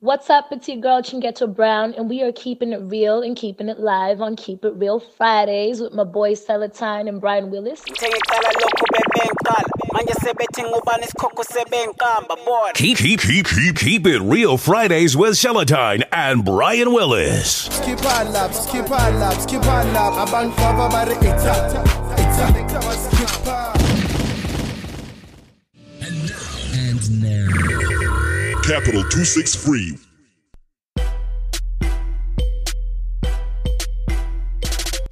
What's up? It's your girl Chingeto Brown, and we are keeping it real and keeping it live on Keep It Real Fridays with my boys Celatine and Brian Willis. ngithe ngicala lokhu bebengiqala manje sebethi ngubani isikhokho sebengiqamba bona Keep, keep, keep, keep, keep it real Fridays with Celatine and Brian Willis. Skipper lap, skipper lap, skipper lap. Abantu ababare itha, itha. Skipper. Capital 263.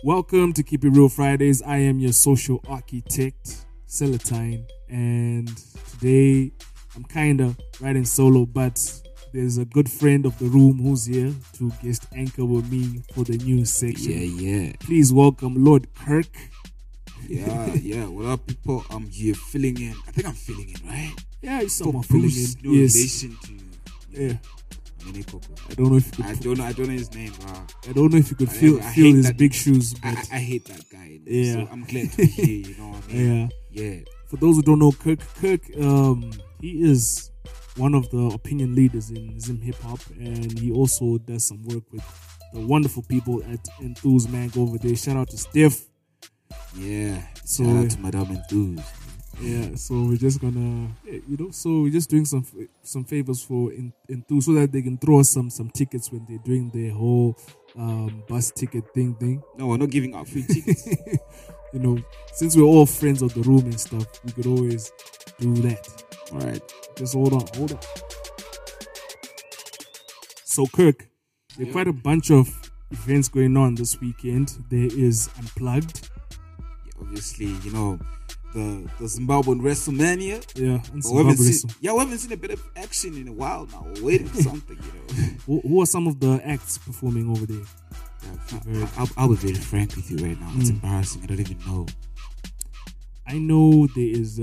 Welcome to Keep It Real Fridays. I am your social architect, Celatine, and today I'm kinda riding solo, but there's a good friend of the room who's here to guest anchor with me for the news section. yeah. Please welcome Lord Kirk. Yeah, yeah. What up, people? I'm here filling in. I think I'm filling in, right? Yeah, it's Tom someone filling in. Cruise, No yes. relation to Yeah. Mene Koko. I don't know if you I could, don't know. I don't know his name. Wow. I don't know if you could I feel never- I feel hate his that- big shoes, but I, I hate that guy. Yeah. So I'm glad to be here. You know what I mean? yeah. Yeah. for those who don't know Kirk, Kirk, um, he is one of the opinion leaders in Zim hip hop, and he also does some work with the wonderful people at Enthuse Mag over there. Shout out to Steph. Yeah. So So- Shout out to Madame Enthuse. Yeah, so we're just gonna, yeah, you know, so we're just doing some f- some favors for En- Enthuse so that they can throw us some some tickets when they're doing their whole um, bus ticket thing thing. No, we're not giving out free tickets. you know, since we're all friends of the room and stuff, we could always do that. All right. Just hold on, hold on. So, Kirk, there are quite a bunch of events going on this weekend. There is Unplugged, Yeah, obviously, you know, the the Zimbabwean WrestleMania. yeah, and But we haven't Zimbabwe seen, Wrestle. yeah, we haven't seen a bit of action in a while now. We're waiting for something, you know. Who, who are some of the acts performing over there? I, I'll, I'll be very frank with you right now. It's Mm. embarrassing. I don't even know. I know there is uh,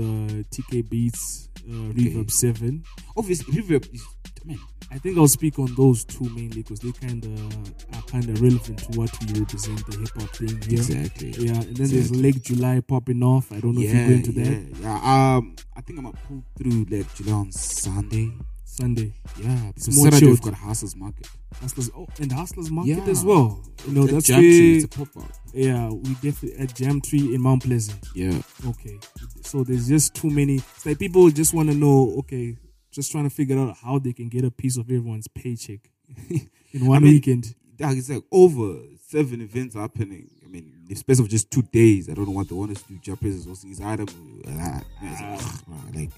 TK Beats, uh, Reverb Seven. Obviously, Reverb is. I mean, I think I'll speak on those two mainly because they kind of are kind of relevant to what we represent the hip hop thing here. exactly. Yeah, and then there's Exactly. Lake July popping off. I don't know if you Yeah, go into yeah, that yeah. Um, I think I'm gonna pull through like July on Sunday. Sunday. Yeah, because more Saturday we've chilled. got Hustler's Market. Hustlers, oh, and the Hustlers Market Yeah. as well. You know, At Oh, that's Jam Tree, where, It's a pop up. yeah, we definitely at Jam Tree in Mount Pleasant. Yeah, Okay, so there's just too many. It's like people just want to know. Okay, just trying to figure out how they can get a piece of everyone's paycheck in one mean- weekend. Dog, it's like over seven events happening. I mean, in the space of just two days. I don't know what they want us to do. Japanese is hosting his item. uh, uh, Ah. it's Like, uh, like,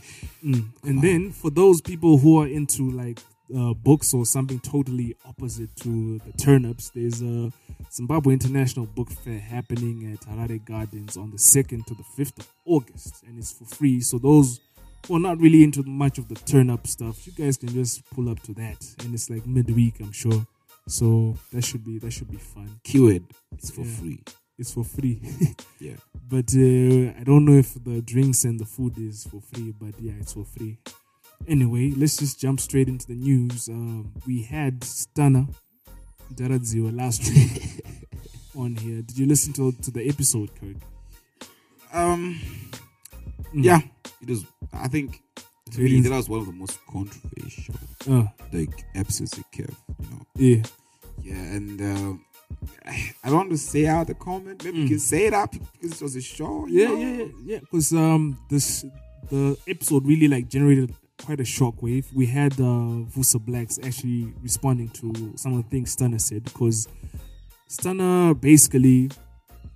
Mm. And then for those people who are into like uh, books or something totally opposite to the turnips, there's a Zimbabwe International Book Fair happening at Harare Gardens on the 2nd to the 5th of August, and it's for free. So those who are not really into much of the turnip stuff, you guys can just pull up to that, and it's like midweek, I'm sure. So that should be that should be fun. keyword, it's for Yeah. free. It's for free. Yeah. But uh, I don't know if the drinks and the food is for free, but yeah, it's for free. Anyway, let's just jump straight into the news. Um, we had Stunner Daradziwa last week on here. Did you listen to, to the episode, Kirk? Um, Mm. yeah, it was. I think to It me is- that was one of the most controversial Uh, like episodes of Kev. You know, yeah. yeah, and um, I don't want to say out the comment. Maybe you can say it out because it was a show. you Hmm. Oh, know? Yeah, yeah, yeah, yeah. Because um, this the episode really like generated quite a shockwave. We had uh, Vusa Blacks actually responding to some of the things Stunner said because Stunner basically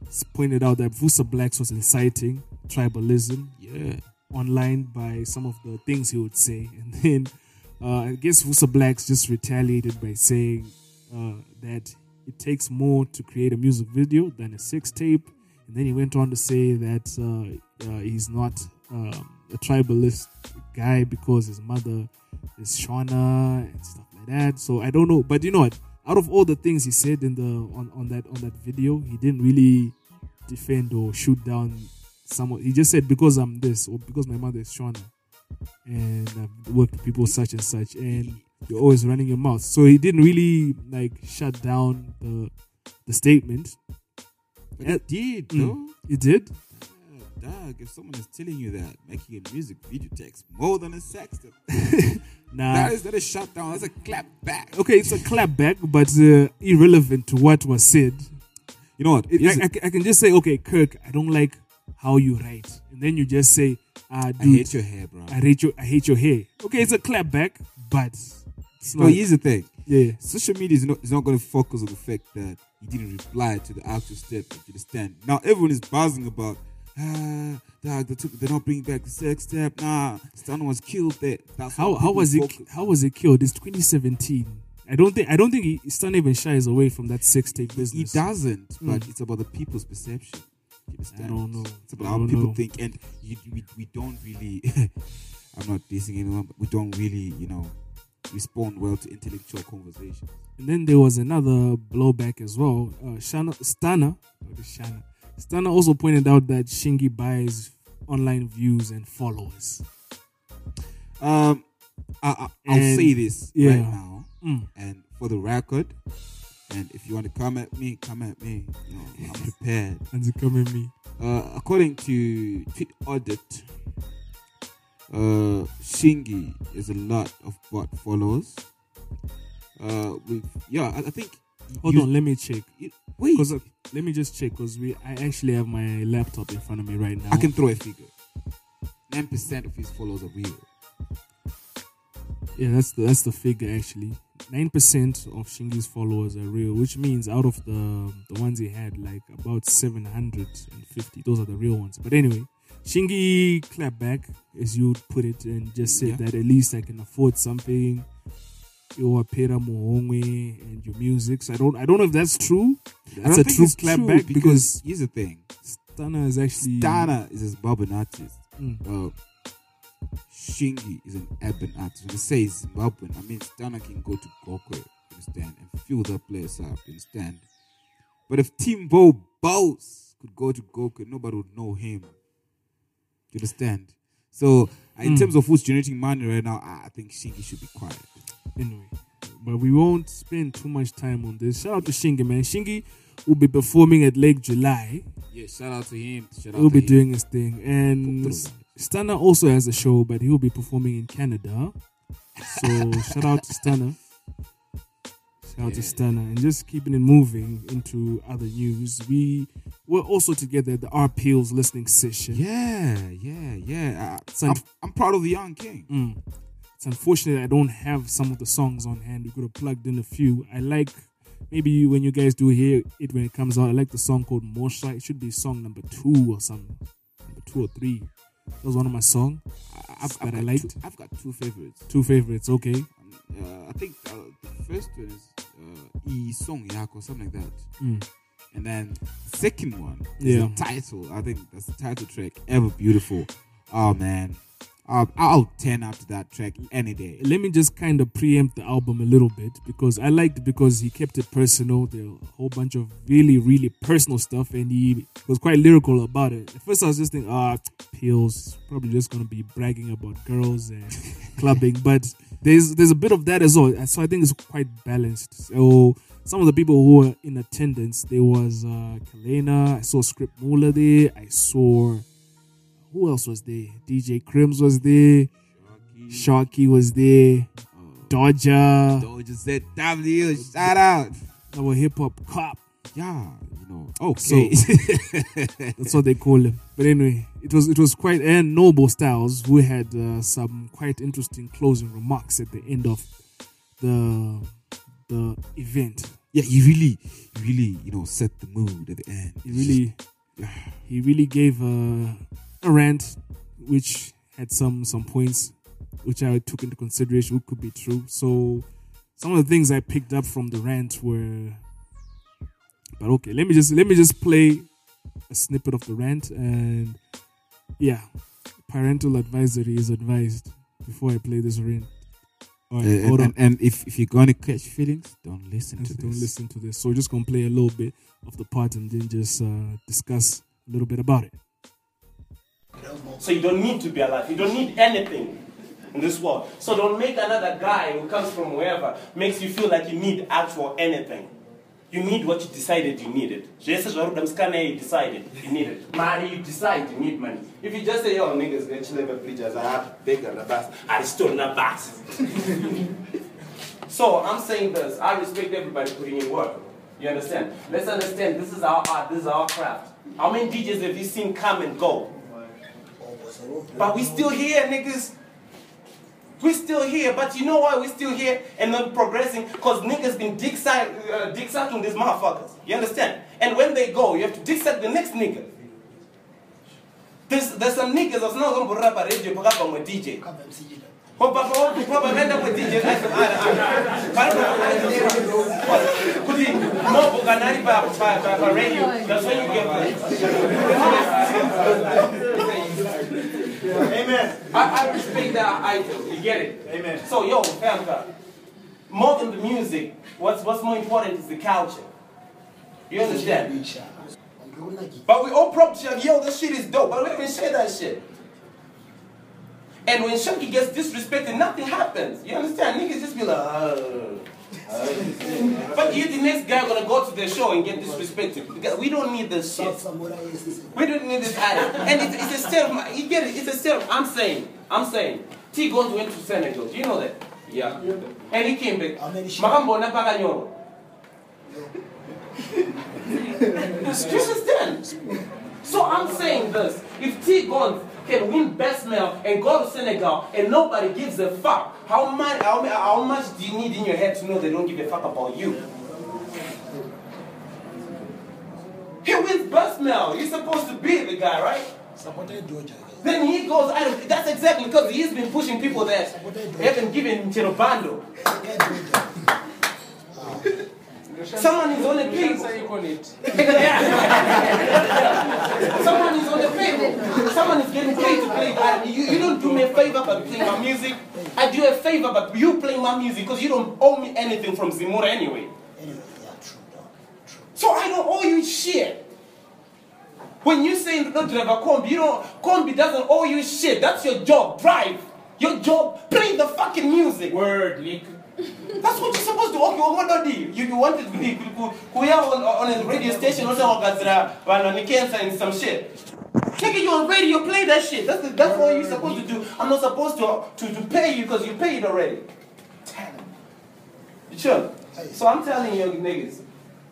s- pointed out that Vusa Blacks was inciting tribalism yeah. online by some of the things he would say, and then uh, I guess Vusa Blacks just retaliated by saying uh, that it takes more to create a music video than a sex tape, and then he went on to say that uh, uh, he's not um, a tribalist guy because his mother is Shauna and stuff like that. So I don't know, but you know what? Out of all the things he said in the on, on that on that video, he didn't really defend or shoot down someone. He just said because I'm this or because my mother is Shauna, and I've worked with people such and such, and you're always running your mouth. So he didn't really like shut down the the statement. But Yeah. it did, Mm. though. He did. Yeah, dog, if someone is telling you that making a music video takes more than a sex, tape, Nah. That is that is shut down. That's a clap back. okay, it's a clapback, but uh, irrelevant to what was said. You know what? It, Here's I, I, the- ca- I can just say, okay, Kirk, I don't like how you write, and then you just say, ah, dude, I hate your hair, bro. I hate your, I hate your hair. Okay, it's a clapback, but it's No, not- here's the thing. yeah, Social media is not, is not going to focus on the fact that he didn't reply to the actual step to the stand. Now everyone is buzzing about, ah, dog, they took, they're not bringing back the sex step. Nah, Stan was killed there. That's How what how people was it? focus- How was it killed? It's 2017. I don't think I don't think he, Stan even shies away from that sex tape He business. doesn't, but it's about the people's perception. You understand? I don't know. It's about I how don't people know. think, and you, we, we don't really. I'm not dissing anyone, but we don't really, you know, respond well to intellectual conversations. And then there was another blowback as well. Uh, Shana Stana, what is Shana Stana also pointed out that Shingy buys online views and followers. Um, I, I, I'll And- say this yeah. right now, Mm. and for the record, and if you want to come at me, come at me. You know, I'm prepared. And they come at me. Uh, according to Tweet Audit, uh, Shingy has a lot of bot followers. Uh, with yeah, I, I think. Hold you- on, let me check. you- wait, 'Cause, uh, let me just check because we I actually have my laptop in front of me right now. I can throw a figure. Nine percent of his followers are real. Yeah, that's the, that's the figure actually. Nine percent of Shingi's followers are real, which means out of the the ones he had, like about seven hundred and fifty, those are the real ones. But anyway, Shingi clapped back, as you would put it, and just said Yeah. that at least I can afford something. Your Pera Muhongwe and your music. So I don't I don't know if that's true. I That's don't a think true it's clapback because because, here's the thing. Stana is actually Dana is as Bob an artist. Mm. Uh, Shingy is an urban artist. When I say Zimbabwean, I mean Dana can go to Gokwe, you understand, and fill that place up, you understand. But if Timbo Bows could go to Gokwe, nobody would know him. You understand? So, uh, in terms of who's generating money right now, I I think Shingy should be quiet. anyway. But we won't spend too much time on this. Shout out to Shingy, man. Shingy will be performing at Lake July. Yeah, shout out to him. Shout He'll be doing his thing. And Put S- through. Stana also has a show, but he'll be performing in Canada. So shout out to Stana. Shout out to Stana. And just keeping it moving into other news. We were also together at the R Peels listening session. Yeah, yeah, yeah. I- Son- I'm, I'm proud of the young king. It's unfortunate I don't have some of the songs on hand. We could have plugged in a few. I like maybe when you guys do hear it when it comes out. I like the song called Mosha. It should be song number two or something, number two or three. That was one of my song I've, that I've I got liked. Two, I've got two favorites. Two favorites, okay. Uh, I think uh, the first one is uh, E Song Yak or something like that. And then the second one is Mm. Yeah. the title. I think that's the title track, Ever Beautiful. Oh, man. Um, I'll 10 after that track any day. Let me just kind of preempt the album a little bit because I liked because he kept it personal. There were a whole bunch of really, really personal stuff, and he was quite lyrical about it. At first, I was just thinking, ah, pills, probably just gonna be bragging about girls and clubbing, but there's there's a bit of that as well. So I think it's quite balanced. So some of the people who were in attendance, there was uh, Kalena. I saw Script Mula there. I saw who else was there? DJ Crims was there. Sharky was there. Dodger. Doja ZW, shout out. Our hip hop cop. Yeah, you know. Okay. So, That's what they call him. But anyway, it was it was quite and Noble Styles who had uh, some quite interesting closing remarks at the end of the the event. yeah, you really, you really, you know, set the mood at the end. He really he really gave a, a rant which had some some points which I took into consideration which could be true. So some of the things I picked up from the rant were but okay, let me just let me just play a snippet of the rant and yeah. Parental advisory is advised before I play this rant. All right, Uh, hold and, on. and, and if, if you're going to catch feelings, don't listen to Yes, don't this. listen to this. So we're just gonna play a little bit of the part and then just uh, discuss a little bit about it. So you don't need to be alive. You don't need anything in this world. So don't make another guy who comes from wherever makes you feel like you need actual anything. You need what you decided you needed. Just as Warudam Skane, you decided you needed. Money, you decide you need money. If you just say, yo, niggas, get chill over bridges, I have bigger the bus, I stole the bus. so I'm saying this, I respect everybody putting in work. You understand? Let's understand, this is our art, this is our craft. How many DJs have you seen come and go? But we still here, niggas. We're still here, but you know why we're still here and not progressing? Because niggas been dick, si- uh, dick sucking these motherfuckers. You understand? And when they go, you have to dick suck the next nigga. There's, there's some niggas that's not going to rap a radio, but I'm a DJ. Oh, but for all the proper men that were DJ, that's the other. But I don't know. Could be more Bukanari by, by, by, by radio. That's when you get. Amen. I, I respect that idol. You get it? Amen. So, yo, Femka, more than the music, what's, what's more important is the culture. You understand? But we all prop Shaggy, yo, this shit is dope, but we haven't share that shit. And when Shaggy gets disrespected, nothing happens. You understand? Niggas just be like, oh. oh." but you the next guy gonna go to the show and get disrespected. Because we don't need this shit. We don't need this added. And it, it's a state of, you get it, it's a state of, I'm saying, I'm saying, T Gold went to Senegal, do you know that? Yeah. And he came back. Makambo na pakanyoro. Do you understand? So I'm saying this, if T Gold can win best male and go to Senegal and nobody gives a fuck, how much, how, mu- how much do you need in your head to know they don't give a fuck about you? He wins best male. He's supposed to be the guy, right? Then he goes, I don't, that's exactly because he's been pushing people that haven't given him Cherubando. Someone is on the people. Yeah. Someone is on the people. Someone is getting paid to play that. You, you don't do me a favor by playing my music. I do a favor by you playing my music because you don't owe me anything from Zimura anyway. So I don't owe you shit. When you say don't drive a combi, you know, combi doesn't owe you shit. That's your job. Drive. Your job. Play the fucking music. Word, Nick. That's what you're supposed to. Okay, what do you? You, you wanted to be kuya on, on a radio station, also wakazira banani cancer and some shit. Nigga, you on radio, play that shit. That's the, that's all you're supposed to do. I'm not supposed to to, to pay you because you paid already. Damn. You sure? So I'm telling you niggas,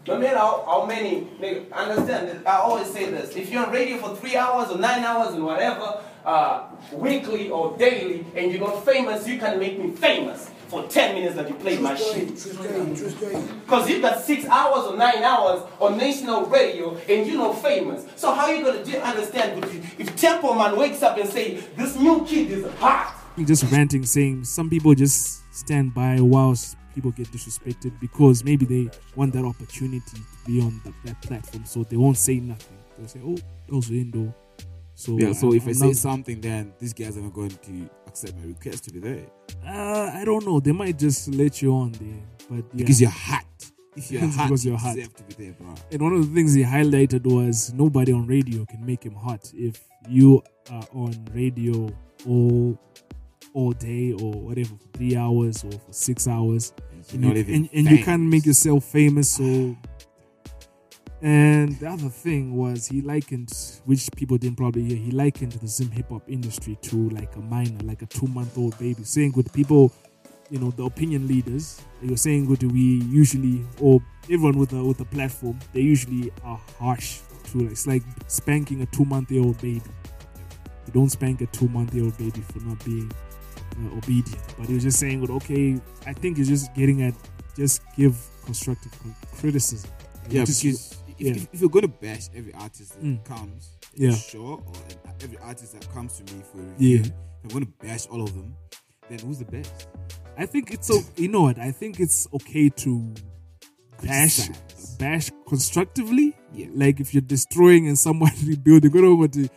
no matter how, how many, nigga, understand, that I always say this. If you're on radio for three hours or nine hours and whatever, uh, weekly or daily, and you're not famous, you can make me famous for 10 minutes that you played my shit. Because you got six hours or nine hours on national radio and you're not famous. So how you gonna do, understand if, if Temple Man wakes up and say, this new kid is hot? just ranting, saying some people just stand by whilst people get disrespected because maybe they want that opportunity to be on the, that platform, so they won't say nothing. They'll say, "Oh, that was Indo." So Yeah, so I'm- if I I'm say not- something, then these guys are not going to accept my request to be there. uh, I don't know. They might just let you on there, but yeah. Because you're hot. If you're Because hot, you're you hot. deserve to be there, bro. and one of the things he highlighted was nobody on radio can make him hot. If you are on radio all all day or whatever for three hours or for six hours, You're and not you, even and, and you famous. can't make yourself famous. So, and the other thing was he likened, which people didn't probably hear, he likened the Zim hip hop industry to like a minor, like a two month old baby, saying with people, you know, the opinion leaders. They were saying good, we usually or everyone with a with a platform, they usually are harsh to. It's like spanking a two month old baby. You don't spank a two month old baby for not being uh, obedient. But he was just saying, well, okay, I think he's just getting at just give constructive con- criticism. Yeah, Just- because if, yeah. Mm. if, if you're going to bash every artist that comes, Yeah. sure, or uh, every artist that comes to me for a review, Yeah. if I'm going to bash all of them, then who's the best? I think it's o- you know what I think it's okay to bash Criticize. bash constructively. Yeah. Like if you're destroying and someone rebuilding, go over to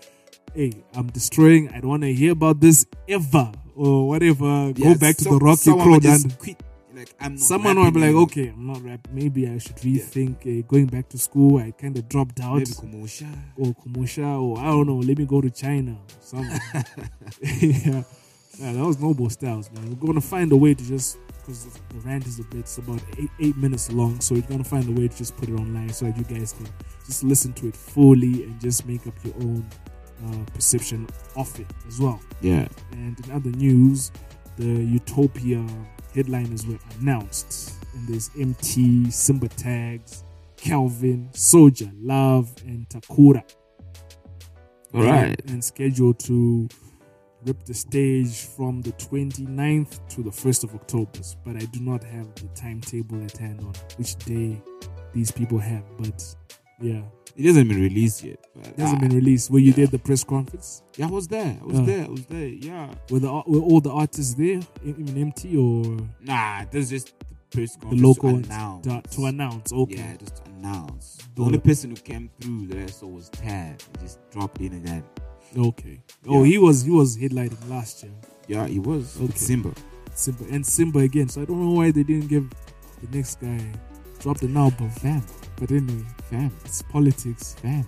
hey, I'm destroying. I don't want to hear about this ever or whatever. Yeah, go back to so- the Rocky someone Crow. might just Dan. quit, Like, I'm not Someone will rapping be like, anymore. okay, I'm not rap. Maybe I should rethink uh, going back to school. I kind of dropped out Maybe Komosha. or Kumusha or I don't know, let me go to China or something. yeah. Nah, that was noble styles, man. We're gonna find a way to just because the rant is a bit it's about eight, eight minutes long so we're gonna find a way to just put it online so that you guys can just listen to it fully and just make up your own uh, perception of it as well Yeah. and in other news, the Utopia headliners were announced. And there's MT, Simba Tags, Calvin, Soldier, Love, and Takura. All right. And scheduled to rip the stage from the 29th to the 1st of October. But I do not have the timetable at hand on which day these people have. But yeah, It hasn't been released yet. But it hasn't I- been released. Where you did the press conference? Yeah, I was there. I was Oh. there. I was there. Yeah. Were, the, were all the artists there? E, Even empty or. Nah, that's just the press the conference local to ones announce. to, to announce. Okay, Yeah, just announce. The Oh. only person who came through that I saw was Tad. He just dropped in and then okay. Oh, Yeah. he was he was headlining last year, yeah, he was with Okay. Simba. Simba and Simba again. So I don't know why they didn't give the next guy drop an album. Fam, But anyway, fam, it's politics. fam.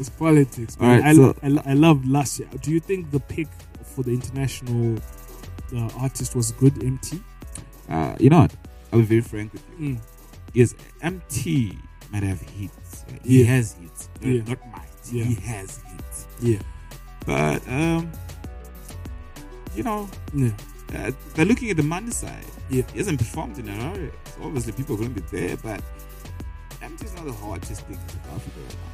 It's politics. All man. right, I, so- I, lo- I love last year. Do you think the pick for the international uh, artist was good? MT. uh, you know what? I'll be very frank with you. Mm. Yes, MT might have hits. Like, He Yeah. has hits. Not, Yeah. not might. Yeah. He has hits. Yeah. But um, you know, Yeah. uh, they're looking at the money side. Yeah. He hasn't performed in a row. So obviously, people are going to be there, but MT is not the hottest thing in South Africa right now.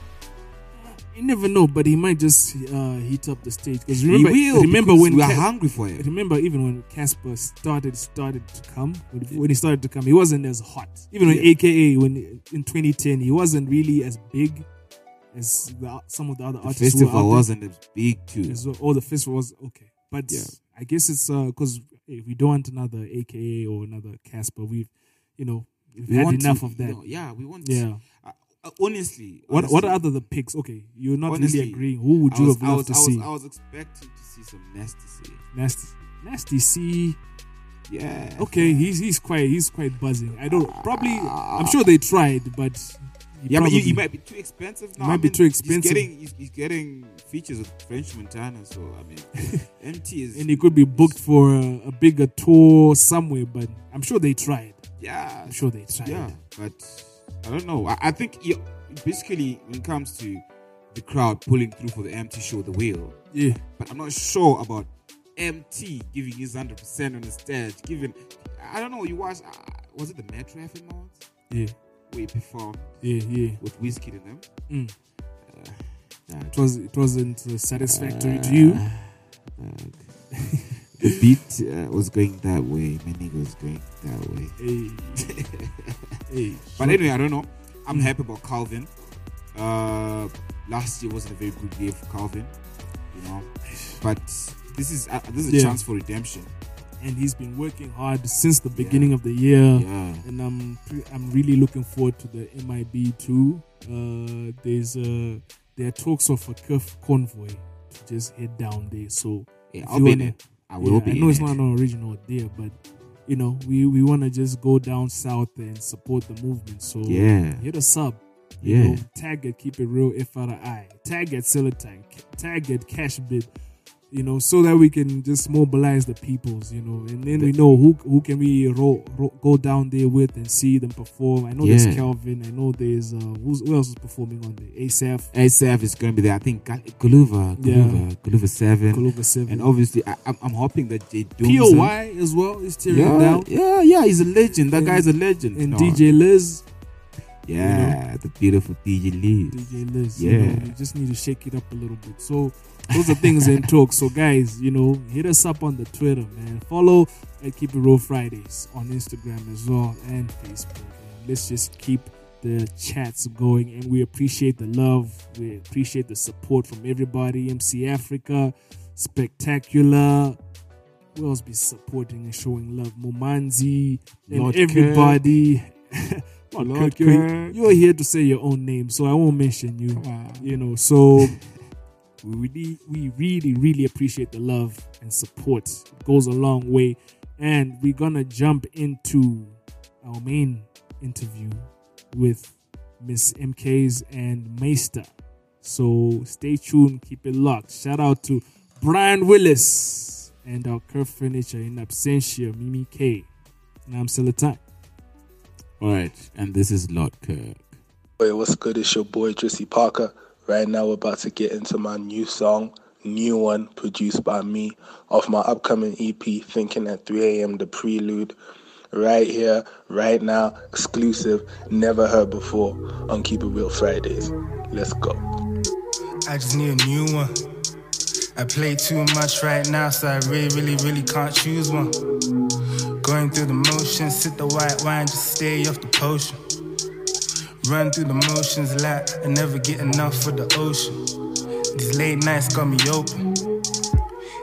You never know, but he might just uh, heat up the stage. Because remember, he will. remember because when we are Ca- hungry for him. remember even when Casper started started to come when, when he started to come he wasn't as hot even when Yeah. AKA when in 2010 he wasn't really as big as the, some of the other The artists who were out festival there wasn't as big too. as well. Oh, the festival was okay, but Yeah. I guess it's because if we don't want another AKA or another Casper we've you know we've We had want enough to- of that no, yeah, we want. Yeah. Uh, uh, honestly, what what honestly, are the, the picks okay you're not honestly, really agreeing who would I you was- have I loved was- to I was- see I was expecting to see some nasty scene. nasty nasty C Yeah. Okay, he's he's quite he's quite buzzing. I don't probably. I'm sure they tried, but he Yeah, but he, probably- he might be too expensive now. might I be mean, too He's expensive. getting, he's, he's getting features with French Montana, so I mean, MT is. and he could be booked for a, a bigger tour somewhere. But I'm sure they tried. Yeah, I'm sure they tried. yeah, but I don't know. I, I think he, basically when it comes to the crowd pulling through for the MT show, the wheel. yeah. but I'm not sure about MT giving his hundred percent on the stage. Given, I don't know. You watched? Uh, was it the Metro FM Awards yeah, where he performed yeah, yeah. with Whiskey in them? Mm. Uh, dog, It was it wasn't uh, satisfactory to you. Uh. dog. the beat uh, was going that way. My nigga was going that way. Hey, hey. But anyway, I don't know. I'm happy about Calvin. Uh, last year wasn't a very good year for Calvin, you know. But this is uh, this is a Yeah. chance for redemption. and he's been working hard since the beginning of the year. Yeah. and I'm pre- I'm really looking forward to the MIB too. Uh, there's uh, there are talks of a curve convoy to just head down there. So Yeah, if I'll you be in wanna- it. I will Yeah, be. I know in it's it. not an original idea, but you know we we want to just go down south and support the movement. So Yeah. hit us up. You Yeah. know, tag at keep it real F out of I. Tag at Silatang. Tag at Cashbid. You know, so that we can just mobilize the peoples. You know, and then we know who who can we ro- ro- go down there with and see them perform. I know Yeah. there's Calvin. I know there's uh, who's, who else is performing on there? ASAP, ASAF is going to be there. I think Gal- Guluva, Yeah. Guluva, Guluva Seven, Kuluba Seven, and obviously I, I'm, I'm hoping that Jay Doomson, POY as well is tearing it yeah, down, yeah, yeah, he's a legend. That And- guy's a legend. and No, DJ Liz. yeah, the beautiful DJ Lee. DJ Liz. You, Yeah. know, you just need to shake it up a little bit. So those are things in talk. So guys, you know, hit us up on the Twitter, man. Follow at Keep It Real Fridays on Instagram as well and Facebook. And let's just keep the chats going and we appreciate the love. We appreciate the support from everybody. MC Africa, Spectacular. Who else be supporting and showing love? Momanzi and Lord everybody. Lord Lord Kirk, you're- Kirk. you're here to say your own name, so I won't mention you. You know, so we really, we really, really appreciate the love and support. It goes a long way, and we're gonna jump into our main interview with Miss MKs and Maester. So stay tuned, keep it locked. Shout out to Brian Willis and our curve furniture in absentia, Mimi K. Nam Selatan. Alright, and this is Lord Kirk. Hey, what's good? It's your boy Drissy Parker. Right now, we're about to get into my new song, new one produced by me, off my upcoming EP, E Thinking at 3 a.m. The Prelude. Right here, right now, exclusive, never heard before on Keep It Real Fridays. Let's go. I just need a new one. I play too much right now, so I really, really, really can't choose one. Going through the motions, sip the white wine, just stay off the potion. Run through the motions like I never get enough of the ocean. These late nights got me open.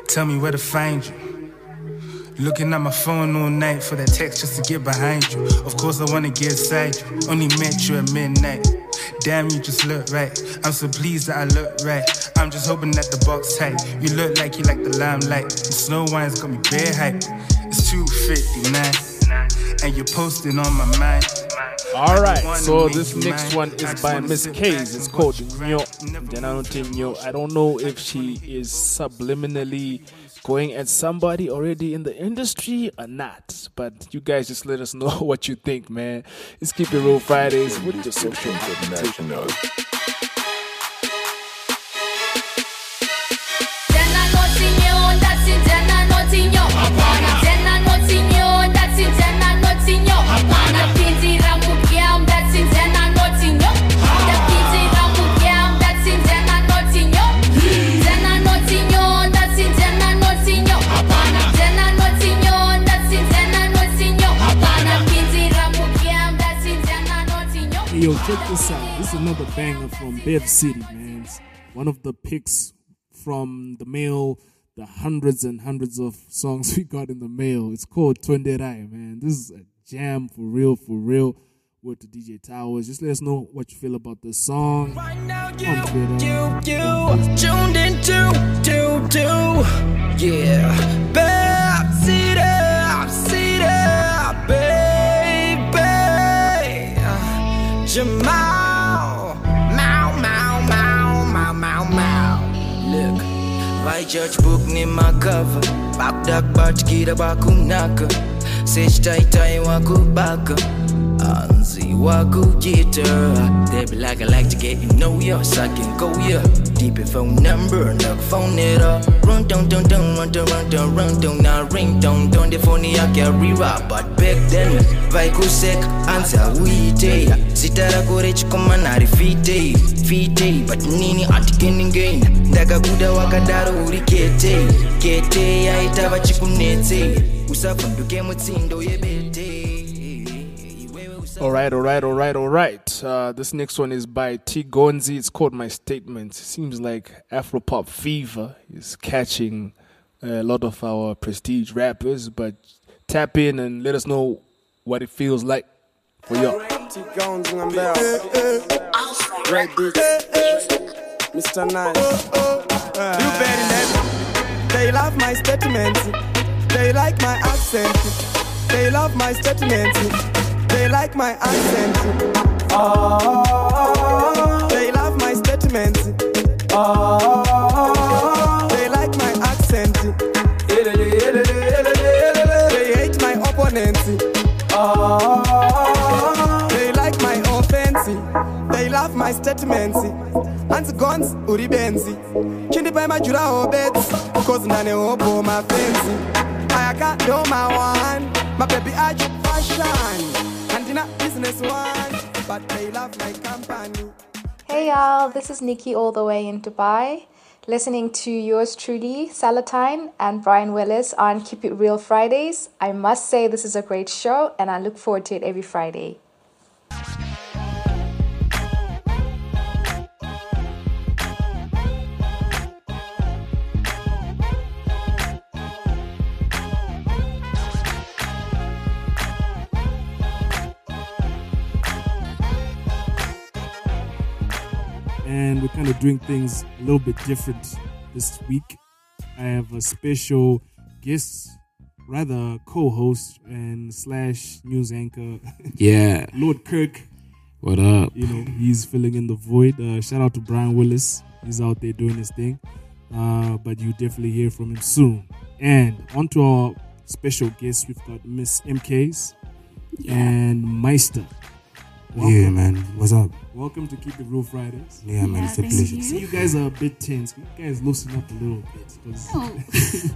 Tell me where to find you. Looking at my phone all night for that text just to get behind you. Of course, I wanna get inside you. Only met you at midnight. Damn, you just look right. I'm so pleased that I look right. I'm just hoping that the box tight. You look like you like the limelight. The snow wine's got me bare hype. It's 259. And you're posting on my mind. All I right, don't wanna so make this you next mine. one I is just by wanna Miss sit K's. back It's and called watch you grind. Nyo. Never Denanote Nyo. I don't know if she is subliminally going at somebody already in the industry or not, but you guys just let us know what you think, man. It's Keep It Real Fridays with your social international. Hey, yo, check this out. This is another banger from Bev City, man. It's one of the picks from the mail, the hundreds and hundreds of songs we got in the mail. It's called Twenderai, man. This is a jam for real, for real. Word to DJ Towers. Just let us know what you feel about the song. On Twitter. tuned into two two yeah Bab City City baby Jamal Mau Mau Mau Mau Mau Mau Look Vai judge book ni makava Bakdak bat gira bakunaka Sech tai tai wakubaka Anzi waku jitter They be like I like to get you know ya So I can go ya Deep in phone number Knock phone it up Run down down down Run down run down run down Now ring down down The phone ya carry rap But back then Vai kusek Anza uite Sitara kurechi kumanari fite Fite But nini atikeni gain ndakakuda wakadaro uri kete kete yaitava chikunetse usavhunduke mutsindo yebete iwewe usa All right, all right, all right, all right. Uh, this next one is by T Gonzi. It's called My Statement. Seems like Afropop fever is catching a lot of our prestige rappers, but tap in and let us know what it feels like for y'all. Great beats. Mr. Nice. You better than They love my statements. They like my accent. They love my statements. They like my accent. Oh. They love my statements. Oh. They like my accent. They hate my opponents. Oh. They like my offense. They love my statements. Anzi guns uri benzi chindipai majuraho bedzi cause ndane hobo mafenzi ayaka ndo mawani mabhebhi acho fashani handina business one but they love my company Hey y'all, this is Nikki all the way in Dubai, listening to yours truly, Salatine and Brian Willis on Keep It Real Fridays. I must say this is a great show and I look forward to it every Friday. and we're kind of doing things a little bit different this week. I have a special guest, rather co-host and slash news anchor, Yeah. Lord Kirk. What up? You know he's filling in the void. Uh, shout out to Brian Willis. He's out there doing his thing, uh, but you definitely hear from him soon. And onto our special guest, we've got Miss MKs and Meister. Yeah, man. What's up? Welcome to Keep It Real Fridays. Yeah, man, Yeah, it's a thank pleasure. you. So you guys are a bit tense. You guys loosen up a little bit. 'cause-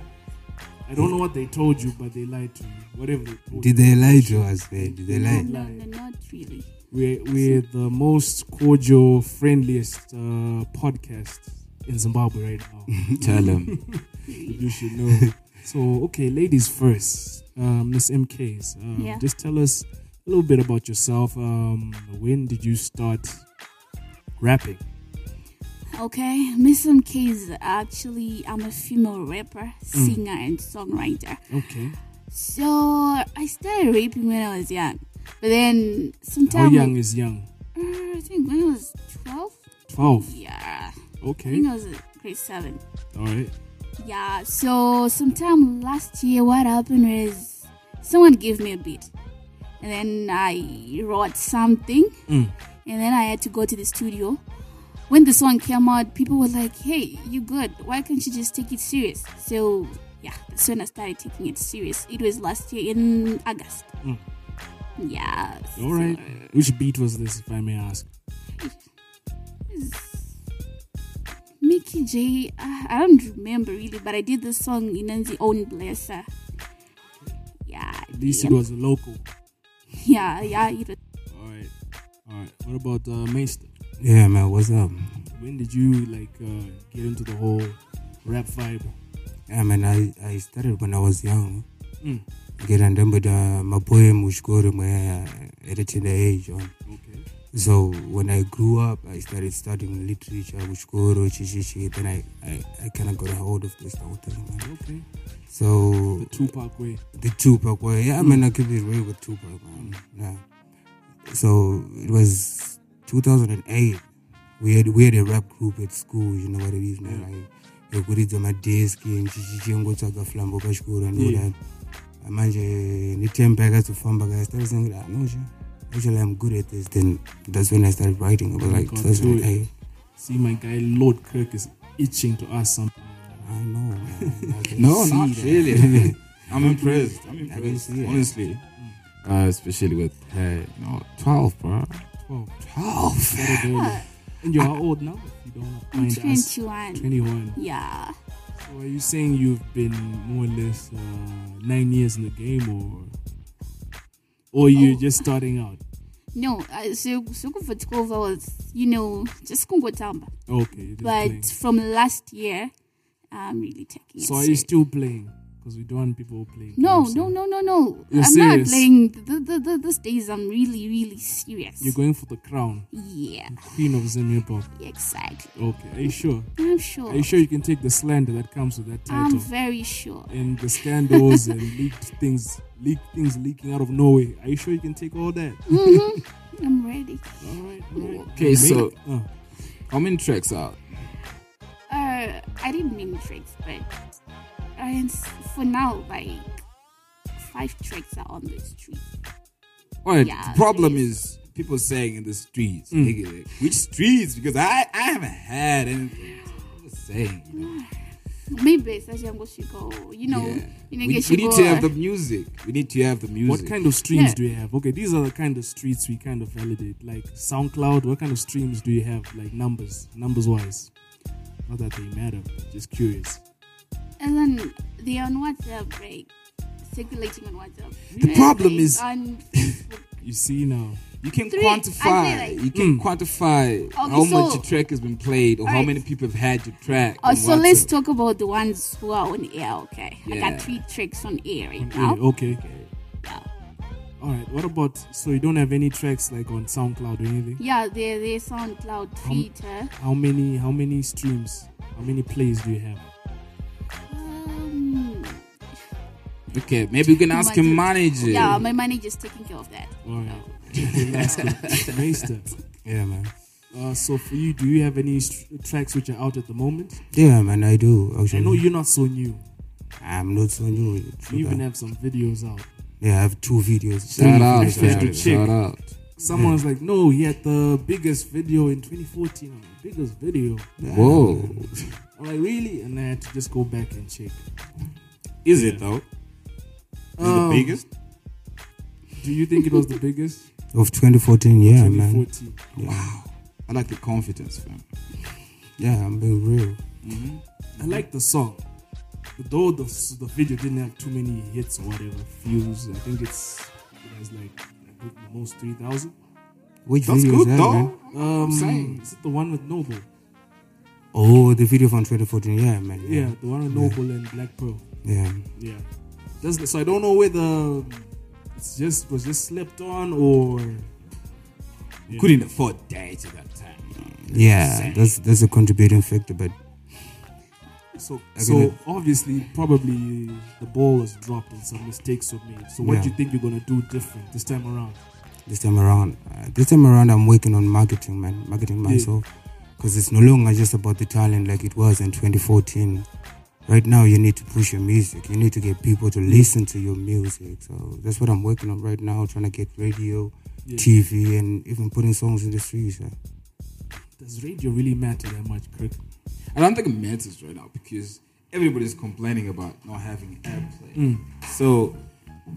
I don't know what they told you, but they lied to you. Whatever they told Did you. they lie to us, man? Did they lie? No, no, no, not really. We're, we're the most cordial, friendliest uh, podcast in Zimbabwe right now. Tell 'em. you should know. So, okay, ladies first. Uh, Miss MKs, um, Yeah. just tell us a little bit about yourself. Um, when did you start rapping? Okay, Miss MK is actually I'm a female rapper, Mm. singer, and songwriter. Okay. So I started rapping when I was young, but then Hmm. How sometime young is young? uh, I think when I was twelve. 12. Yeah. I Okay. think I was in grade seven. All right. Yeah. So sometime last year, what happened is someone gave me a beat, and then I wrote something. Mm. and then I had to go to the studio. When the song came out, people were like, "Hey, you good? Why can't you just take it serious?" So yeah, that's when I started taking it serious. It was last year in August. Mm. Yeah, All right. Which beat was this, if I may ask? Mickey J. I I don't remember really, but I did this song Inanzi Own Blesser. Yeah, At least it was a local. yeah, yeah. It was All right. All right. What about uh, Maester? Yeah, man. What's up? When did you like uh, get into the whole rap vibe? Yeah, man. I, I started when I was young. Mm. Ngera ndambada maboy mushikoro mwaya uh, at a tender age on. Okay. So when I grew up, I started studying literature, mushikoro, chichichi. Then I, I, I kind of got a hold of this whole thing, man. Okay. So The Tupac way. The Tupac way. Yeah, I Mm. mean, I keep it real with Tupac, man. Yeah. So it was 2008. We had we had a rap group at school. You know what it is, man. Like, yokuridza madheski nchichichi ngotsvaga flambo pachikoro Yeah. nodai manje netemba yakazofamba kaya started saying ah, no sure. actually i'm good at this then that's when i started writing it was like Got to it. 2008 See, my guy Lord Kirk is itching to ask something. I know. man. I can No, see not that. really. I'm I can- impressed. I'm I can impressed. see it. Hmm. Honestly, uh, especially with uh, you know, twelve, bro. 12. 12. Very good. And you are old now? If you don't wanna I'm find us. 21. 21. Yeah. So are you saying you've been more or less uh, nine years in the game or or Oh. you're just starting out? No, I, so so for twelve hours, you know, just Congo Tamba. Okay. you're just but playing. from last year, I'm really taking it. So are you serious. still playing? Because we don't want people playing. No, games. no, no, no, no. You're I'm serious? not playing. The, the, the, these days, I'm really, really serious. You're going for the crown, Yeah, queen of Zim hip hop. exactly. Okay, are you sure? I'm sure. Are you sure you can take the slander that comes with that title? I'm very sure. and the scandals and leaked things, leaked things leaking out of nowhere. Are you sure you can take all that? hmm I'm ready. All right, Okay, so Uh. how many tracks are? Uh, I didn't mean tricks, but uh, it's- for now, like five tricks are on the street. All right, Yeah, the problem is people saying in the streets. Hmm. Mm. nigga, like, Which streets? Because I, I haven't had anything. I'm just saying. you know. Maybe it's actually going to go. You know, Yeah. you know, We, get we you need to go. have the music. We need to have the music. What kind of streams Yeah. do you have? Okay, these are the kind of streets we kind of validate, like SoundCloud. What kind of streams do you have, like numbers, numbers wise? Not that they matter, but just curious. And then they are on WhatsApp, right? Circulating on WhatsApp. The problem is- on oh, You see now, You can Three, I'd say quantify. like- You can Hmm. quantify how so- much your track has been played, or how Alright. many people have had your track. Oh, on so let's WhatsApp. talk about the ones who are on air, okay? I Yeah. got three tricks on air right Yeah, now. okay. All right. What about? So you don't have any tracks like on SoundCloud or anything? Yeah, they're, they're Um, SoundCloud, Twitter. How many? How many streams? How many plays do you have? Um, Okay, maybe you can ask your manager. Yeah, my manager's taking care of that. All right. Let's go. Maester. yeah man Uh, so for you, do you have any st- tracks which are out at the moment? yeah man i do I actually know you're not so new. i'm not so new You even Sugar. have some videos out. yeah i have two videos Shout out, Three videos, man. actually. Shout out. Someone's like, no, he had the biggest video in 2014. I'm like, biggest video. Yeah. Whoa. I'm like, really? And I had to just go back and check. Is it though? Is it Um, the biggest? Do you think it was the biggest? Of 2014, yeah, man. 2014. Wow. I like the confidence, fam. Yeah, I'm being real. I like the song. Though the, the video didn't have too many hits or whatever, views, I think it's it has like the most 3,000. Which That's video is good, that, though. Um, saying. Is it the one with Noble? Oh, the video from 2014, yeah, man. Yeah, the one with Yeah. Noble and Black Pearl. Yeah. Yeah. That's, so I don't know whether it's just was just slept on or You couldn't afford dates at that time. Yeah, that's that's a contributing factor, but So, I so get it. obviously, probably the ball was dropped and some mistakes were made. So, what Yeah. do you think you're gonna do different this time around? this time around, uh, this time around, I'm working on marketing, man, marketing Yeah. myself, because it's no longer just about the talent like it was in 2014. Right now, you need to push your music. You need to get people to listen to your music. So that's what I'm working on right now, trying to get radio, Yeah. TV, and even putting songs in the streets. uh. Does radio really matter that much, Kirk? I don't think it matters right now because everybody's complaining about not having airplay. Mm. So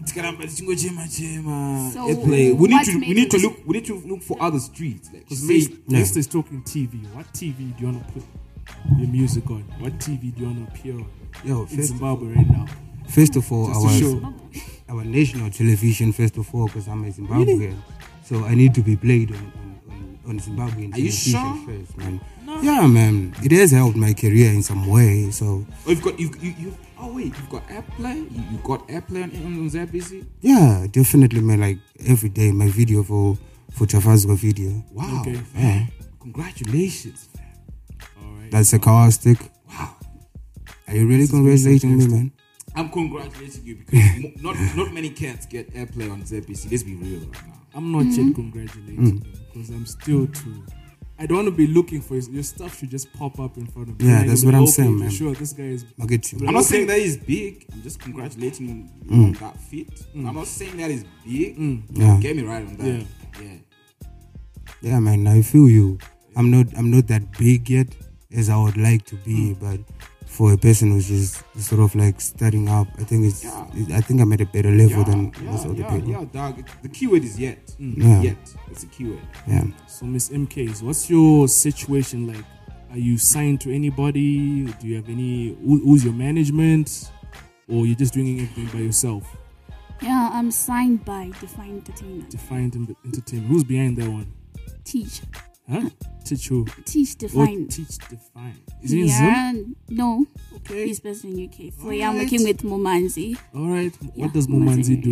it's gonna be chingo chema chema, So, airplay. We need what to we made need to it- look we need to look for other streets. Like Because say- Mist is talking TV. What TV do you wanna put your music on? What TV do you wanna appear on? Yo, in first- Zimbabwe right now. First of all, Just our to show. our national television. First of all, because I'm a Zimbabwean, so I need to be played on on, on, on Zimbabwean Are you television sure? first, man. Yeah, man. It has helped my career in some way. So Oh, you've got you've, you you oh wait you've got airplay. You, you've got airplay on, on ZBC. yeah, definitely, man. Like every day, my video for for Chafazgo video. Wow, Yeah. man. Congratulations. that's sarcastic. Wow. Are you really congratulating me, man? I'm congratulating you because mo- not not many cats get airplay on ZBC. Let's be real right now. I'm not Mm-hmm. yet Mm. congratulating you because I'm still too. I don't want to be looking for your, your stuff should just pop up in front of me. Yeah, Like, that's I'm what I'm local, saying, for man. Sure, this guy is. I get you. I'm not saying Okay. that he's big. I'm just congratulating him Mm. on that feat. I'm not saying that he's big. Yeah. Get me right on that. Yeah. Yeah. Yeah, man. I feel you. I'm not. I'm not that big yet as I would like to be, Mm. but for a person who's just sort of like starting up, I think it's. it- I think I'm at a better level than most Yeah, other yeah, people. yeah, dog. The keyword is yet. Mm. Yeah. Yet. It's a keyword. Yeah. So, Miss MKs, what's your situation like? Are you signed to anybody? Do you have any? Who, who's your management? Or you're just doing everything by yourself? Yeah, I'm signed by Define Entertainment. Defined Em- Entertainment. Who's behind that one? Teach. Huh? Teach who? Teach Define. Oh, teach Define. Is it in yeah, Zim? no. Okay. He's based in UK. So yeah, I'm Alright. working with Momanzi. All right. What Yeah, does Momanzi Mumanzi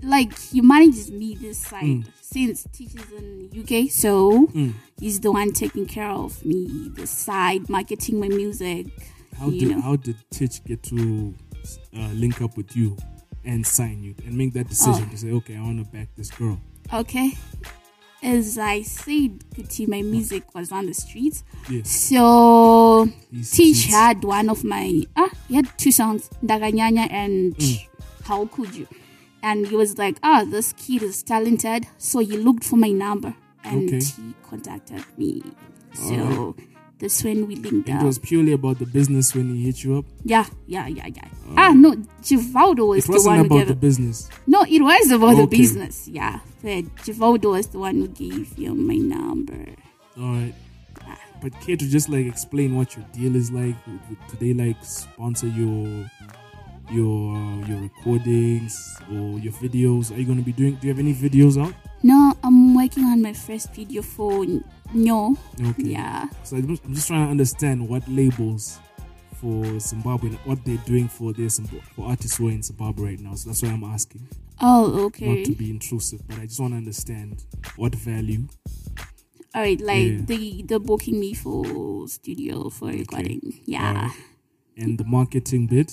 do? Like he manages me this side Mm. since teaches in UK, so Mm. he's the one taking care of me, the side marketing my music. How you did know. how did Titch get to uh, link up with you and sign you and make that decision Oh. to say, okay, I want to back this girl? Okay. As I said, Kuti, my music was on the streets. Yes. So These Teach kids. had one of my ah, he had two songs, Daganyanya and Mm. How Could You? And he was like, Ah, this kid is talented. So he looked for my number and Okay. he contacted me. So Alright. that's when we linked And up. it was purely about the business when he hit you up. yeah, yeah, yeah, yeah. Ah no, Givaldo was It the wasn't one who about gave the business. no, it was about the Okay. business. Yeah, but Givaldo was the one who gave him my number. All right. Ah. But care to just like explain what your deal is like? Do do they like sponsor your your uh, your recordings or your videos? Are you gonna be doing? Do you have any videos out? No, I'm working on my first video for N- Nyo. Okay. Yeah. So I'm just, I'm just trying to understand what labels for Zimbabwe and what they're doing for their Zimb- for artists who are in Zimbabwe right now. So that's why I'm asking. Oh, okay. Not to be intrusive, but I just want to understand what value. All right, like Yeah. the the booking me for studio for recording. Yeah. Alright. And the marketing bit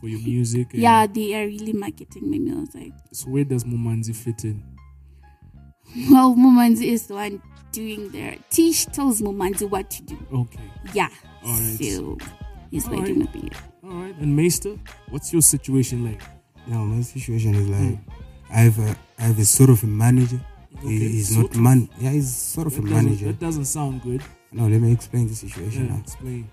for your music. and- Yeah, they are really marketing my music. So where does Mumanzi fit in? Well, Momanzi is the one doing their Tish tells Momanzi what to do. Okay. Yeah. Alright. So he's All working right. with me. All right. And Maester, what's your situation like? Now my situation is like, Mm. I have a I have a sort of a manager. He- Okay, he's sort not of. man. Yeah, he's sort of That a doesn't- manager. That doesn't sound good. No, let me explain the situation. Yeah, now. explain.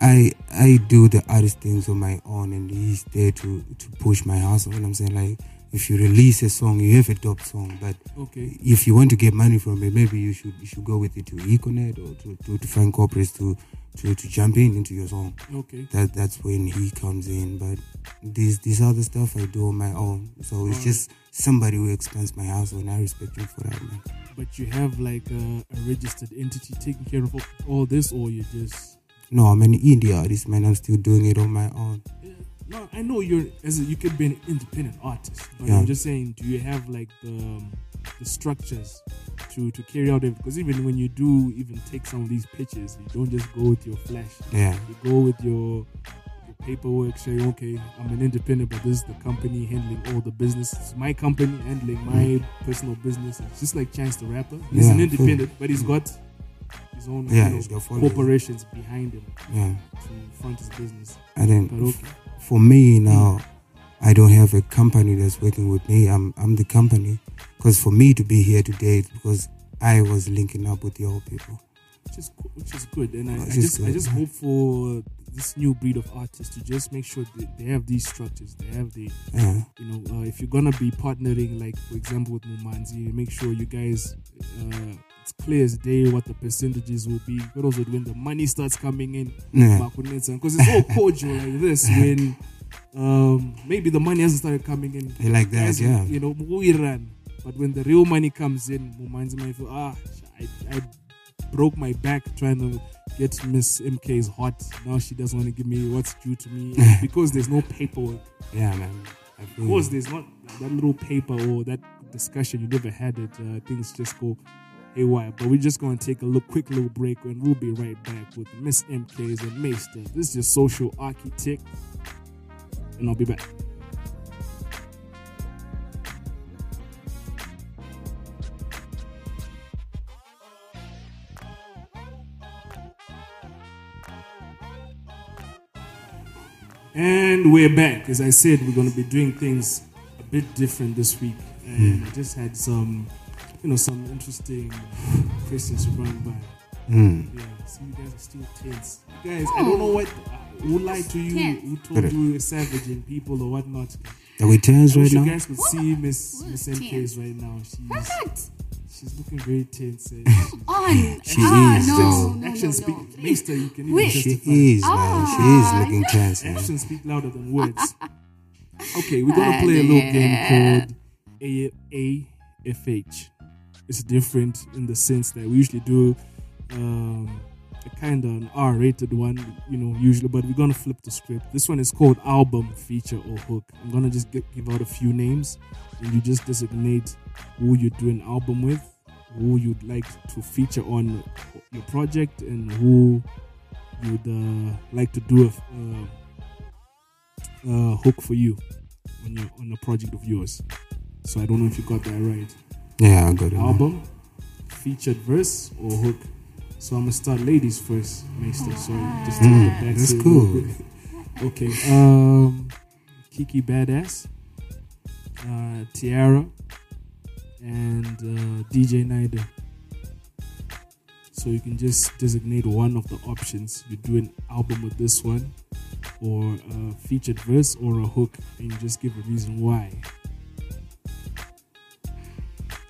I I do the artist things on my own, and he's there to to push my hustle. And I'm saying like, if you release a song, you have a top song, but Okay. if you want to get money from it, maybe you should you should go with it to Econet or to, to, to find corporates to, to to jump in into your song. Okay. That that's when he comes in. But these these other stuff I do on my own. So it's Alright. just somebody who expands my house and I respect him for that man. But you have like a, a registered entity taking care of all this, or you just No, I'm an indie artist, man. I'm still doing it on my own. no. I know you're as a, you could be an independent artist, but Yeah. I'm just saying, do you have like the um, the structures to to carry out it? Because even when you do even take some of these pictures, you don't just go with your flash. Yeah. You go with your your paperwork saying okay i'm an independent but this is the company handling all the business it's my company handling my personal business it's just like chance the rapper he's Mm. Yeah, an cool. independent but he's got his own Mm. Yeah, you he's know, got followers. corporations behind him Yeah. to front his business. I don't. But okay. f- For me now, I don't have a company that's working with me. I'm I'm the company. Because for me to be here today, it's because I was linking up with the old people. which is co- which is good. And I, Which I is just I good. just hope for this new breed of artists to just make sure that they have these structures. They have the Yeah. you know uh, if you're gonna be partnering, like for example with Mumanzi, make sure you guys. Uh, it's clear as day what the percentages will be, but also when the money starts coming in, Yeah. because it's all cordial like this when um, maybe the money hasn't started coming in. Yeah, like that, Guys, yeah. You know, we run. But when the real money comes in, Mumanzi might feel, ah, I, I broke my back trying to get Miss MK's hot. Now she doesn't want to give me what's due to me And because there's no paperwork. Yeah, man. I feel Of course, you. there's not that little paper or that discussion. You never had it. Uh, things just go haywire. But we're just going to take a look, quick little break and we'll be right back with Miss MK's and Maester. This is your social architect. And I'll be back. And we're back. As I said, we're going to be doing things a bit different this week. And Hmm. I just had some, you know, some interesting questions to run by. Hmm. Yeah, see, you guys are still tense. You guys, I don't know Hmm. what, uh, who lied to you, who told Correct. you you're savaging people or whatnot. Are we tense I right wish You now? guys could see Miss Miss tense? MK's right now. She's, Perfect. she's looking very tense. eh? on. She Ah, is, no, though. no, Action no, speak, no. Mister. You can even Wait. She justify. is, man. She is looking tense, man. Actions speak louder than words. okay, we're gonna Ah, play a little yeah. game called A- AFH. It's different in the sense that we usually do um, a kind of an R-rated one, you know, usually. But we're gonna flip the script. This one is called album, feature, or hook. I'm gonna just gi- give out a few names, and you just designate who you do an album with, who you'd like to feature on your project, and who you'd uh, like to do a f- uh, uh, hook for you on your on a project of yours. So I don't know if you got that right. Yeah, I got it, man. Album, featured verse or hook. So I'm gonna start ladies first, Maester. Sorry, just to Mm, get back that's to it cool. real quick. okay, um, Kiki Badass, uh, Tiara, and uh, DJ Nida. So you can just designate one of the options. You do an album with this one, or a featured verse, or a hook, and you just give a reason why.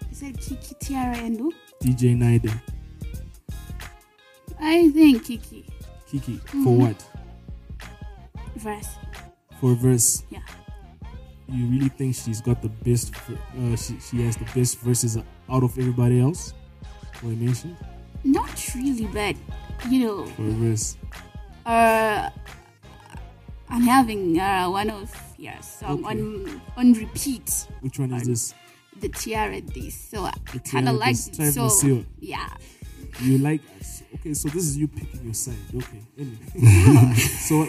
You said Kiki, Tiara, and who? DJ Nida, I think Kiki. Kiki, for Mhm. what? Verse. For a verse. Yeah. You really think she's got the best? ver- Uh, she she has the best verses out of everybody else. What I mentioned Not really, but, you know, for a verse. uh, I'm having uh, one of, yeah, song on, on repeat. Which one is this? The Tiara this. So I The kind Tiara of like this. it. Try for So, seal. yeah. You like us. Okay, so this is you picking your side. Okay. Anyway. so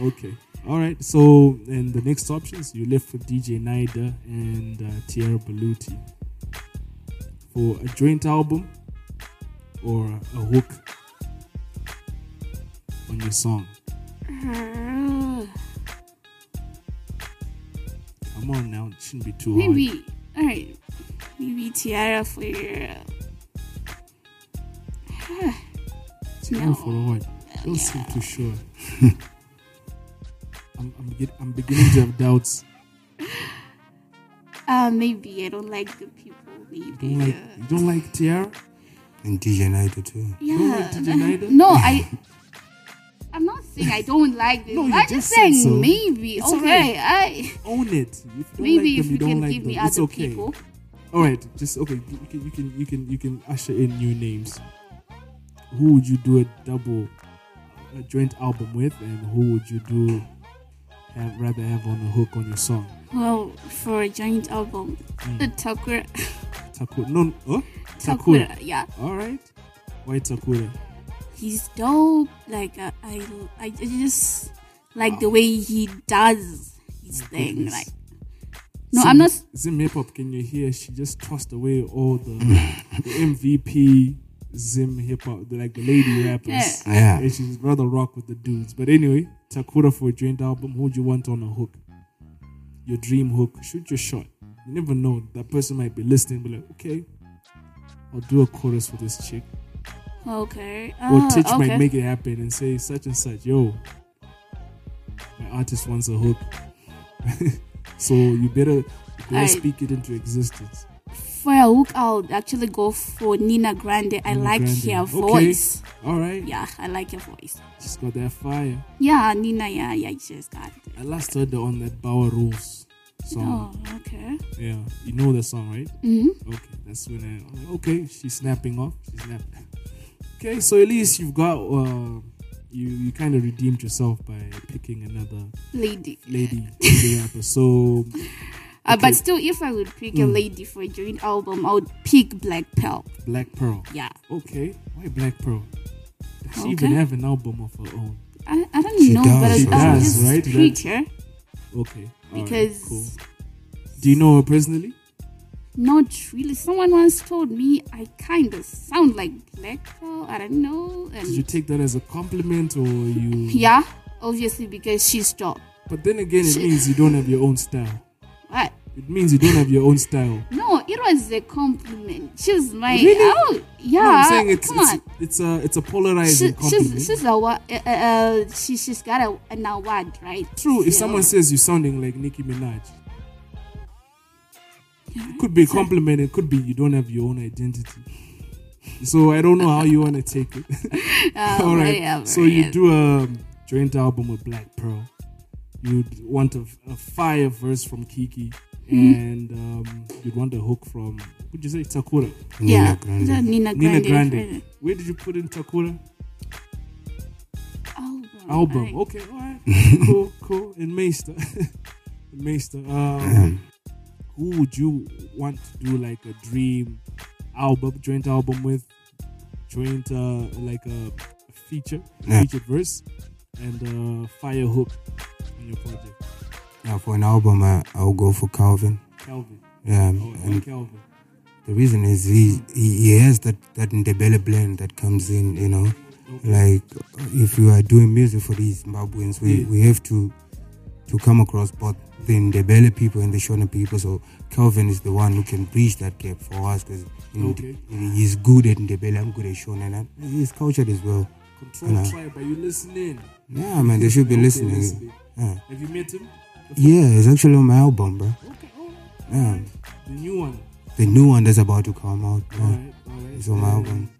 okay. All right. So and the next options you left with DJ Nida and uh, Tierra Belluti for a joint album or a hook on your song. Uh, Come on now, it shouldn't be too hard. maybe, all right. Maybe Tiara for your. Tiara for what? don't seem too sure. I'm, I'm, begin- I'm beginning to have doubts. Uh, maybe I don't like the people. You Maybe. uh, don't like you don't like Tiara? And DJ Naito too. yeah. don't like Tijin either? no, I. I'm not saying I don't like them. No, you I'm just just said saying so. maybe. It's okay, alright. I. Own it. If you don't Maybe like if them, you don't can like give me them. It's other okay. people. All right, just okay. You can you can you can you can usher in new names. Who would you do a double, a joint album with, and who would you do have rather have on a hook on your song? Well, for a joint album, Mm. the Takura. Takura, no, oh, Takura, yeah. All right, why Takura? he's dope. Like uh, I, I just like the way he does his thing. goodness. Like no, I'm not. Zim hip hop. Can you hear? She just tossed away all the, the MVP Zim hip hop, like the lady rappers. Yeah. Yeah. And she's rather rock with the dudes. But anyway, Takura for a joint album. Who do you want on a hook? Your dream hook. Shoot your shot. You never know. That person might be listening. Be like, okay, I'll do a chorus for this chick. Okay. or Ah, Titch okay. might make it happen and say such and such. Yo, my artist wants a hook. so you better, you better I- speak it into existence. For a hook, I'll actually go for Nina Grande. I Nina like Grande. her Okay. voice. All right. Yeah, I like her voice. She's got that fire. Yeah, Nina. Yeah, yeah, she's got. It. I last heard her on that Bauer Rules song. Oh, okay. Yeah, you know the song, right? Mhm. Okay, that's when I. I'm like, okay, she's snapping off. She's snapping. Okay, so at least you've got. Uh, you you kind of redeemed yourself by picking another Lady. lady lady rapper. So Uh, Okay. But still, if I would pick a Mm. lady for a joint album, I would pick Black Pearl. Black Pearl. Yeah. Okay. Why Black Pearl? Does she even Okay. have an album of her own? I, I don't know, but I, I would just pick her. Okay. alright, because- cool. Do you know her personally? Not really. Someone once told me I kind of sound like Black Pearl. I don't know. And Did you take that as a compliment or you? yeah, obviously because she's dope. But then again, it She- means you don't have your own style. What? It means you don't have your own style. No, it was a compliment. She's my Really? oh yeah. No, I'm saying it's come it's, on. it's a it's a She, polarizing compliment. she's she's a wa- uh, uh, uh, she she's got a, an award right. True. If So- someone says you're sounding like Nicki Minaj, it could be a compliment. It could be you don't have your own identity. So I don't know how you want to take it. Uh, All right. whatever, so you yes. do a joint album with Black Pearl. You'd want a, a fire verse from Kiki, Mhm. and um, you'd want a hook from would you say Takura? Nina Yeah, Grande. the Nina Grande version. Where did you put in Takura? album. album. right. Okay, all right. cool, cool. And Maester. Maester, um, who would you want to do like a dream album, joint album with? Joint, uh, like a feature, Yeah. featured verse, and uh, fire hook on your project. Now for an album, I, I'll go for Calvin. Calvin. Yeah. Oh, and Calvin. The reason is he, he, he has that, that Ndebele blend that comes in, you know. Like, if you are doing music for these Zimbabweans, we, Yeah. we have to to come across both the Ndebele people and the Shona people. So Calvin is the one who can bridge that gap for us because Okay. he's good at Ndebele, I'm good at Shona, and I'm- he's cultured as well. Control You know. Tribe, are you listening? Yeah, man, they should uh, be Okay, listening. Yeah. Have you met him? Yeah, it's actually on my album, bro. Yeah. The new one. The new one that's about to come out. yeah. Alright, alright. It's on my And album.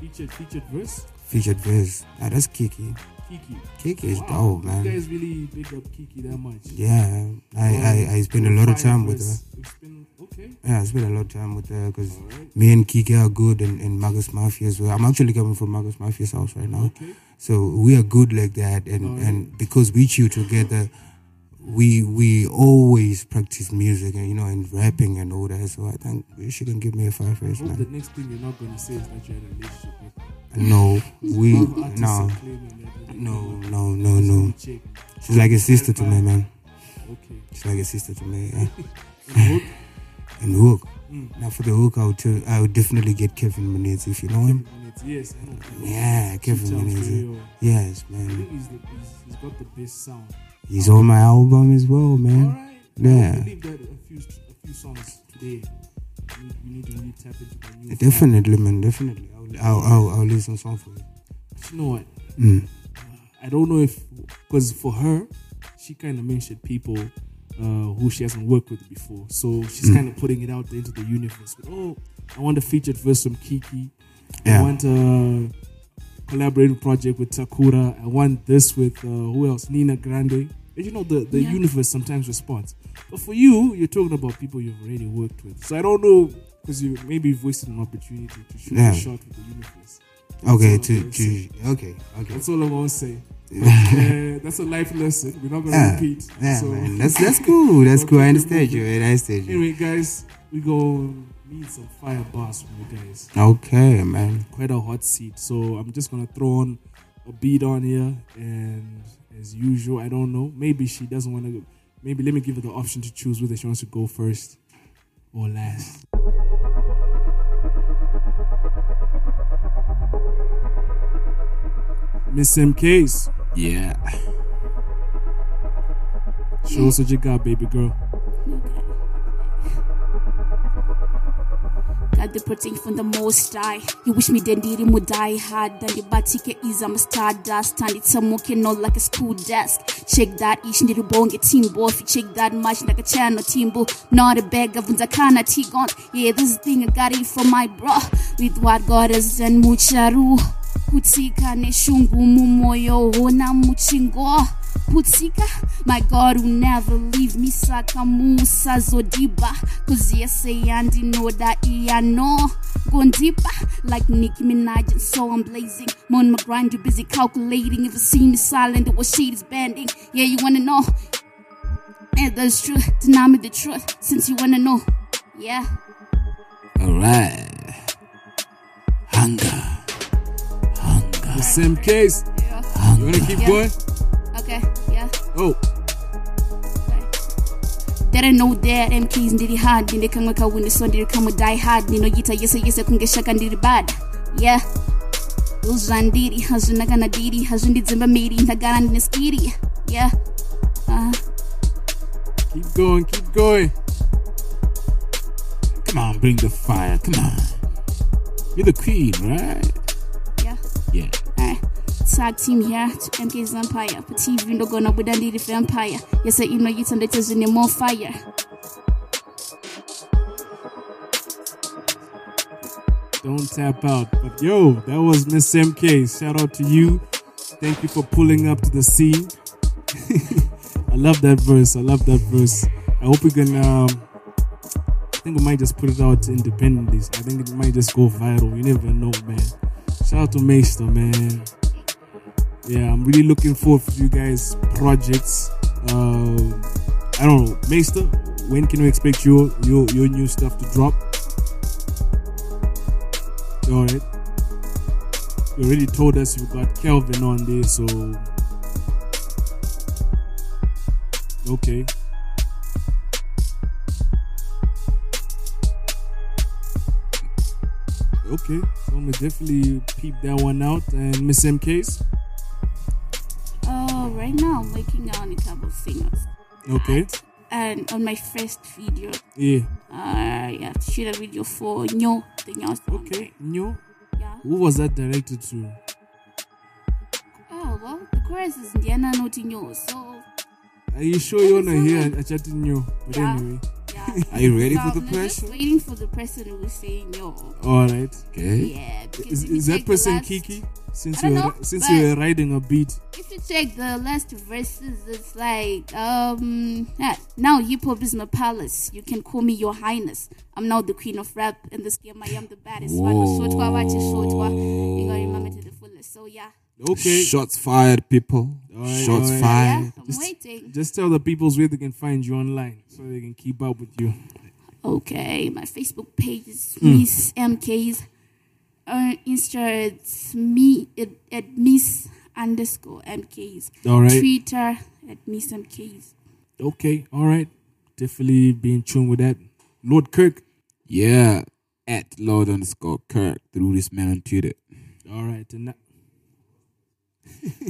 Featured, featured verse. Featured verse. Ah, that's Kiki. Kiki. Kiki is Wow, dope, man. You guys really big up Kiki that much. Yeah, I, Um, I, I spend a lot of five time with verse. her. You spend- okay. Yeah, I spend a lot of time with her because me and Kiki are good and, and Marcus Mafia as well. I'm actually coming from Marcus Mafia's house right now. So we are good like that. And, Alright. and because we chew together, we we always practice music and, you know, and rapping and all that. So I think she can give me a five I verse, hope man. the next thing you're not gonna say is that you had a relationship with her. No, we Love artists no, are claiming that they no, don't no, want no, to no. check. She's like a sister to me, man. Okay. She's like a sister to me. Yeah. And hook? and hook. Mm. Now for the hook, I would tell, I would definitely get Kevin Menezes if you know him. And it's- Yes, I know. Yeah, Kevin Chief Town's Menezes. Creole. Yes, I man. think he's, the, he's, he's got the best sound. He's on my album as well, man. I Yeah, believe that a few a few songs today. We, we need to really tap into the new. definitely, man. Definitely, I'll I'll, I'll, I'll listen song for you. But you know what? Mm. I don't know if because for her, she kind of mentioned people uh, who she hasn't worked with before, so she's Mm. kind of putting it out there into the universe. Oh, I want a featured verse from Kiki. I Yeah. want a collaborative project with Sakura. I want this with uh, who else? Nina Grande. And you know the the Yeah. universe sometimes responds, but for you, you're talking about people you've already worked with. So I don't know because you maybe you've wasted an opportunity to shoot Yeah. a shot with the universe. Okay, That's all I to- can to- say. okay, okay. That's all I want to say. Uh, that's a life lesson. We're not gonna Yeah, repeat. yeah, man. That's- that's cool. That's cool. I understand you, man. I understand you. Anyway, guys, we go need some fire bars from you guys. Okay, man. Quite a hot seat. So I'm just gonna throw on a beat on here, and as usual, I don't know. Maybe she doesn't want to. go. Maybe let me give her the option to choose whether she wants to go first or last. Miss MKs. Yeah. Show us what you got, baby girl. God the protect from the most high. You wish me then did would die hard. Then the batike is I'm a stardust. And it's a mocking all like a school desk. Check that ish need bong a timbo. If you check that much like a channel timbo. Not a bag of Zakana Tigon. Yeah, this thing I got it from my bro. With what God has done mucharu. kutsika neshungu mumoyo wona muchingo putsika my god will never leave me saka musazodiba cause yese yandinoda iyano gondipa like Nicki Minaj and so I'm blazing I'm on my grind you busy calculating if you see me silent what shade is bending yeah you wanna know and that's true deny me the truth since you wanna know yeah All right. Hunger. The same case. You wanna keep Yeah. going? okay yeah Oh, that I know that MKs ndiri hard ndine kamwe kawuniso ndiri kamwe die hard ndinoita yese yese kunge shaka ndiri bad yeah uzvandiri hazvina kana diri hazvindidzimba miri ndagara ndine skiri yeah uh, keep going, keep going. Come on, bring the fire. Come on. You're the queen, right? yeah Yeah. Alright, tag team here to MK's Empire. But TV ndogona buda ndiri vampire. Yes, I know you tend to zine more fire. Don't tap out. But yo, that was Miss MK. Shout out to you. Thank you for pulling up to the scene. I love that verse. I love that verse. I hope we can. Um, I think we might just put it out independently. I think it might just go viral. You never know, man. Shout out to Maester, man. Yeah, I'm really looking forward for you guys' projects. Um, I don't know, Maester. When can we expect your your your new stuff to drop? All right. You already told us you got Kelvin on there, so okay. Okay, so I'm gonna definitely peep that one out. And Miss MK's, Oh, right now I'm working on a couple of things. okay, And on my first video, yeah. uh, yeah, shoot a video for Nyo, the Nyo song. Okay, Nyo. Who was that directed to? Oh, well, the chorus is Indiana, not Nyo, so Are you sure you wanna hear a chat in Nyo? But Yeah. anyway, Are you ready for No, the I'm just pressure? waiting for the person who will say Nyo. all right. Okay. Yeah, because Is, if you is take that the person last- Kiki? Since I you don't were, know, since but- you were riding a beat. If you check the last verses, it's like, um, yeah, now hip hop is my palace. You can call me your highness. I'm now the queen of rap. In this game, I am the baddest. Wano shotwa, wache shotwa. You gotta remember to the fullest. So, yeah. Okay. Shots fired, people. Alright, Shots alright. fired. I'm Just- waiting. Just tell the peoples where they can find you online so they can keep up with you. Okay, my Facebook page is Mm. Miss MK's. Uh, Insta, it's me at, at Miss underscore MK's. All right. Twitter at Miss MK's. Okay, all right. Definitely be in tune with that. Lord Kirk. Yeah. At Lord underscore Kirk through this man on Twitter. All right. And that-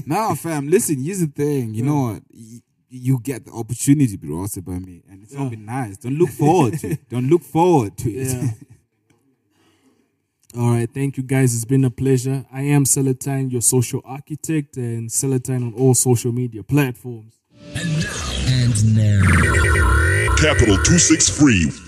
nah, fam, listen, here's the thing. You know what? You, you get the opportunity, bro, also by me. And it's gonna Yeah. be nice. Don't look forward to it. Don't look forward to it. Yeah. All right, thank you guys. It's been a pleasure. I am Celatine, your social architect, and Celatine on all social media platforms. Capital 263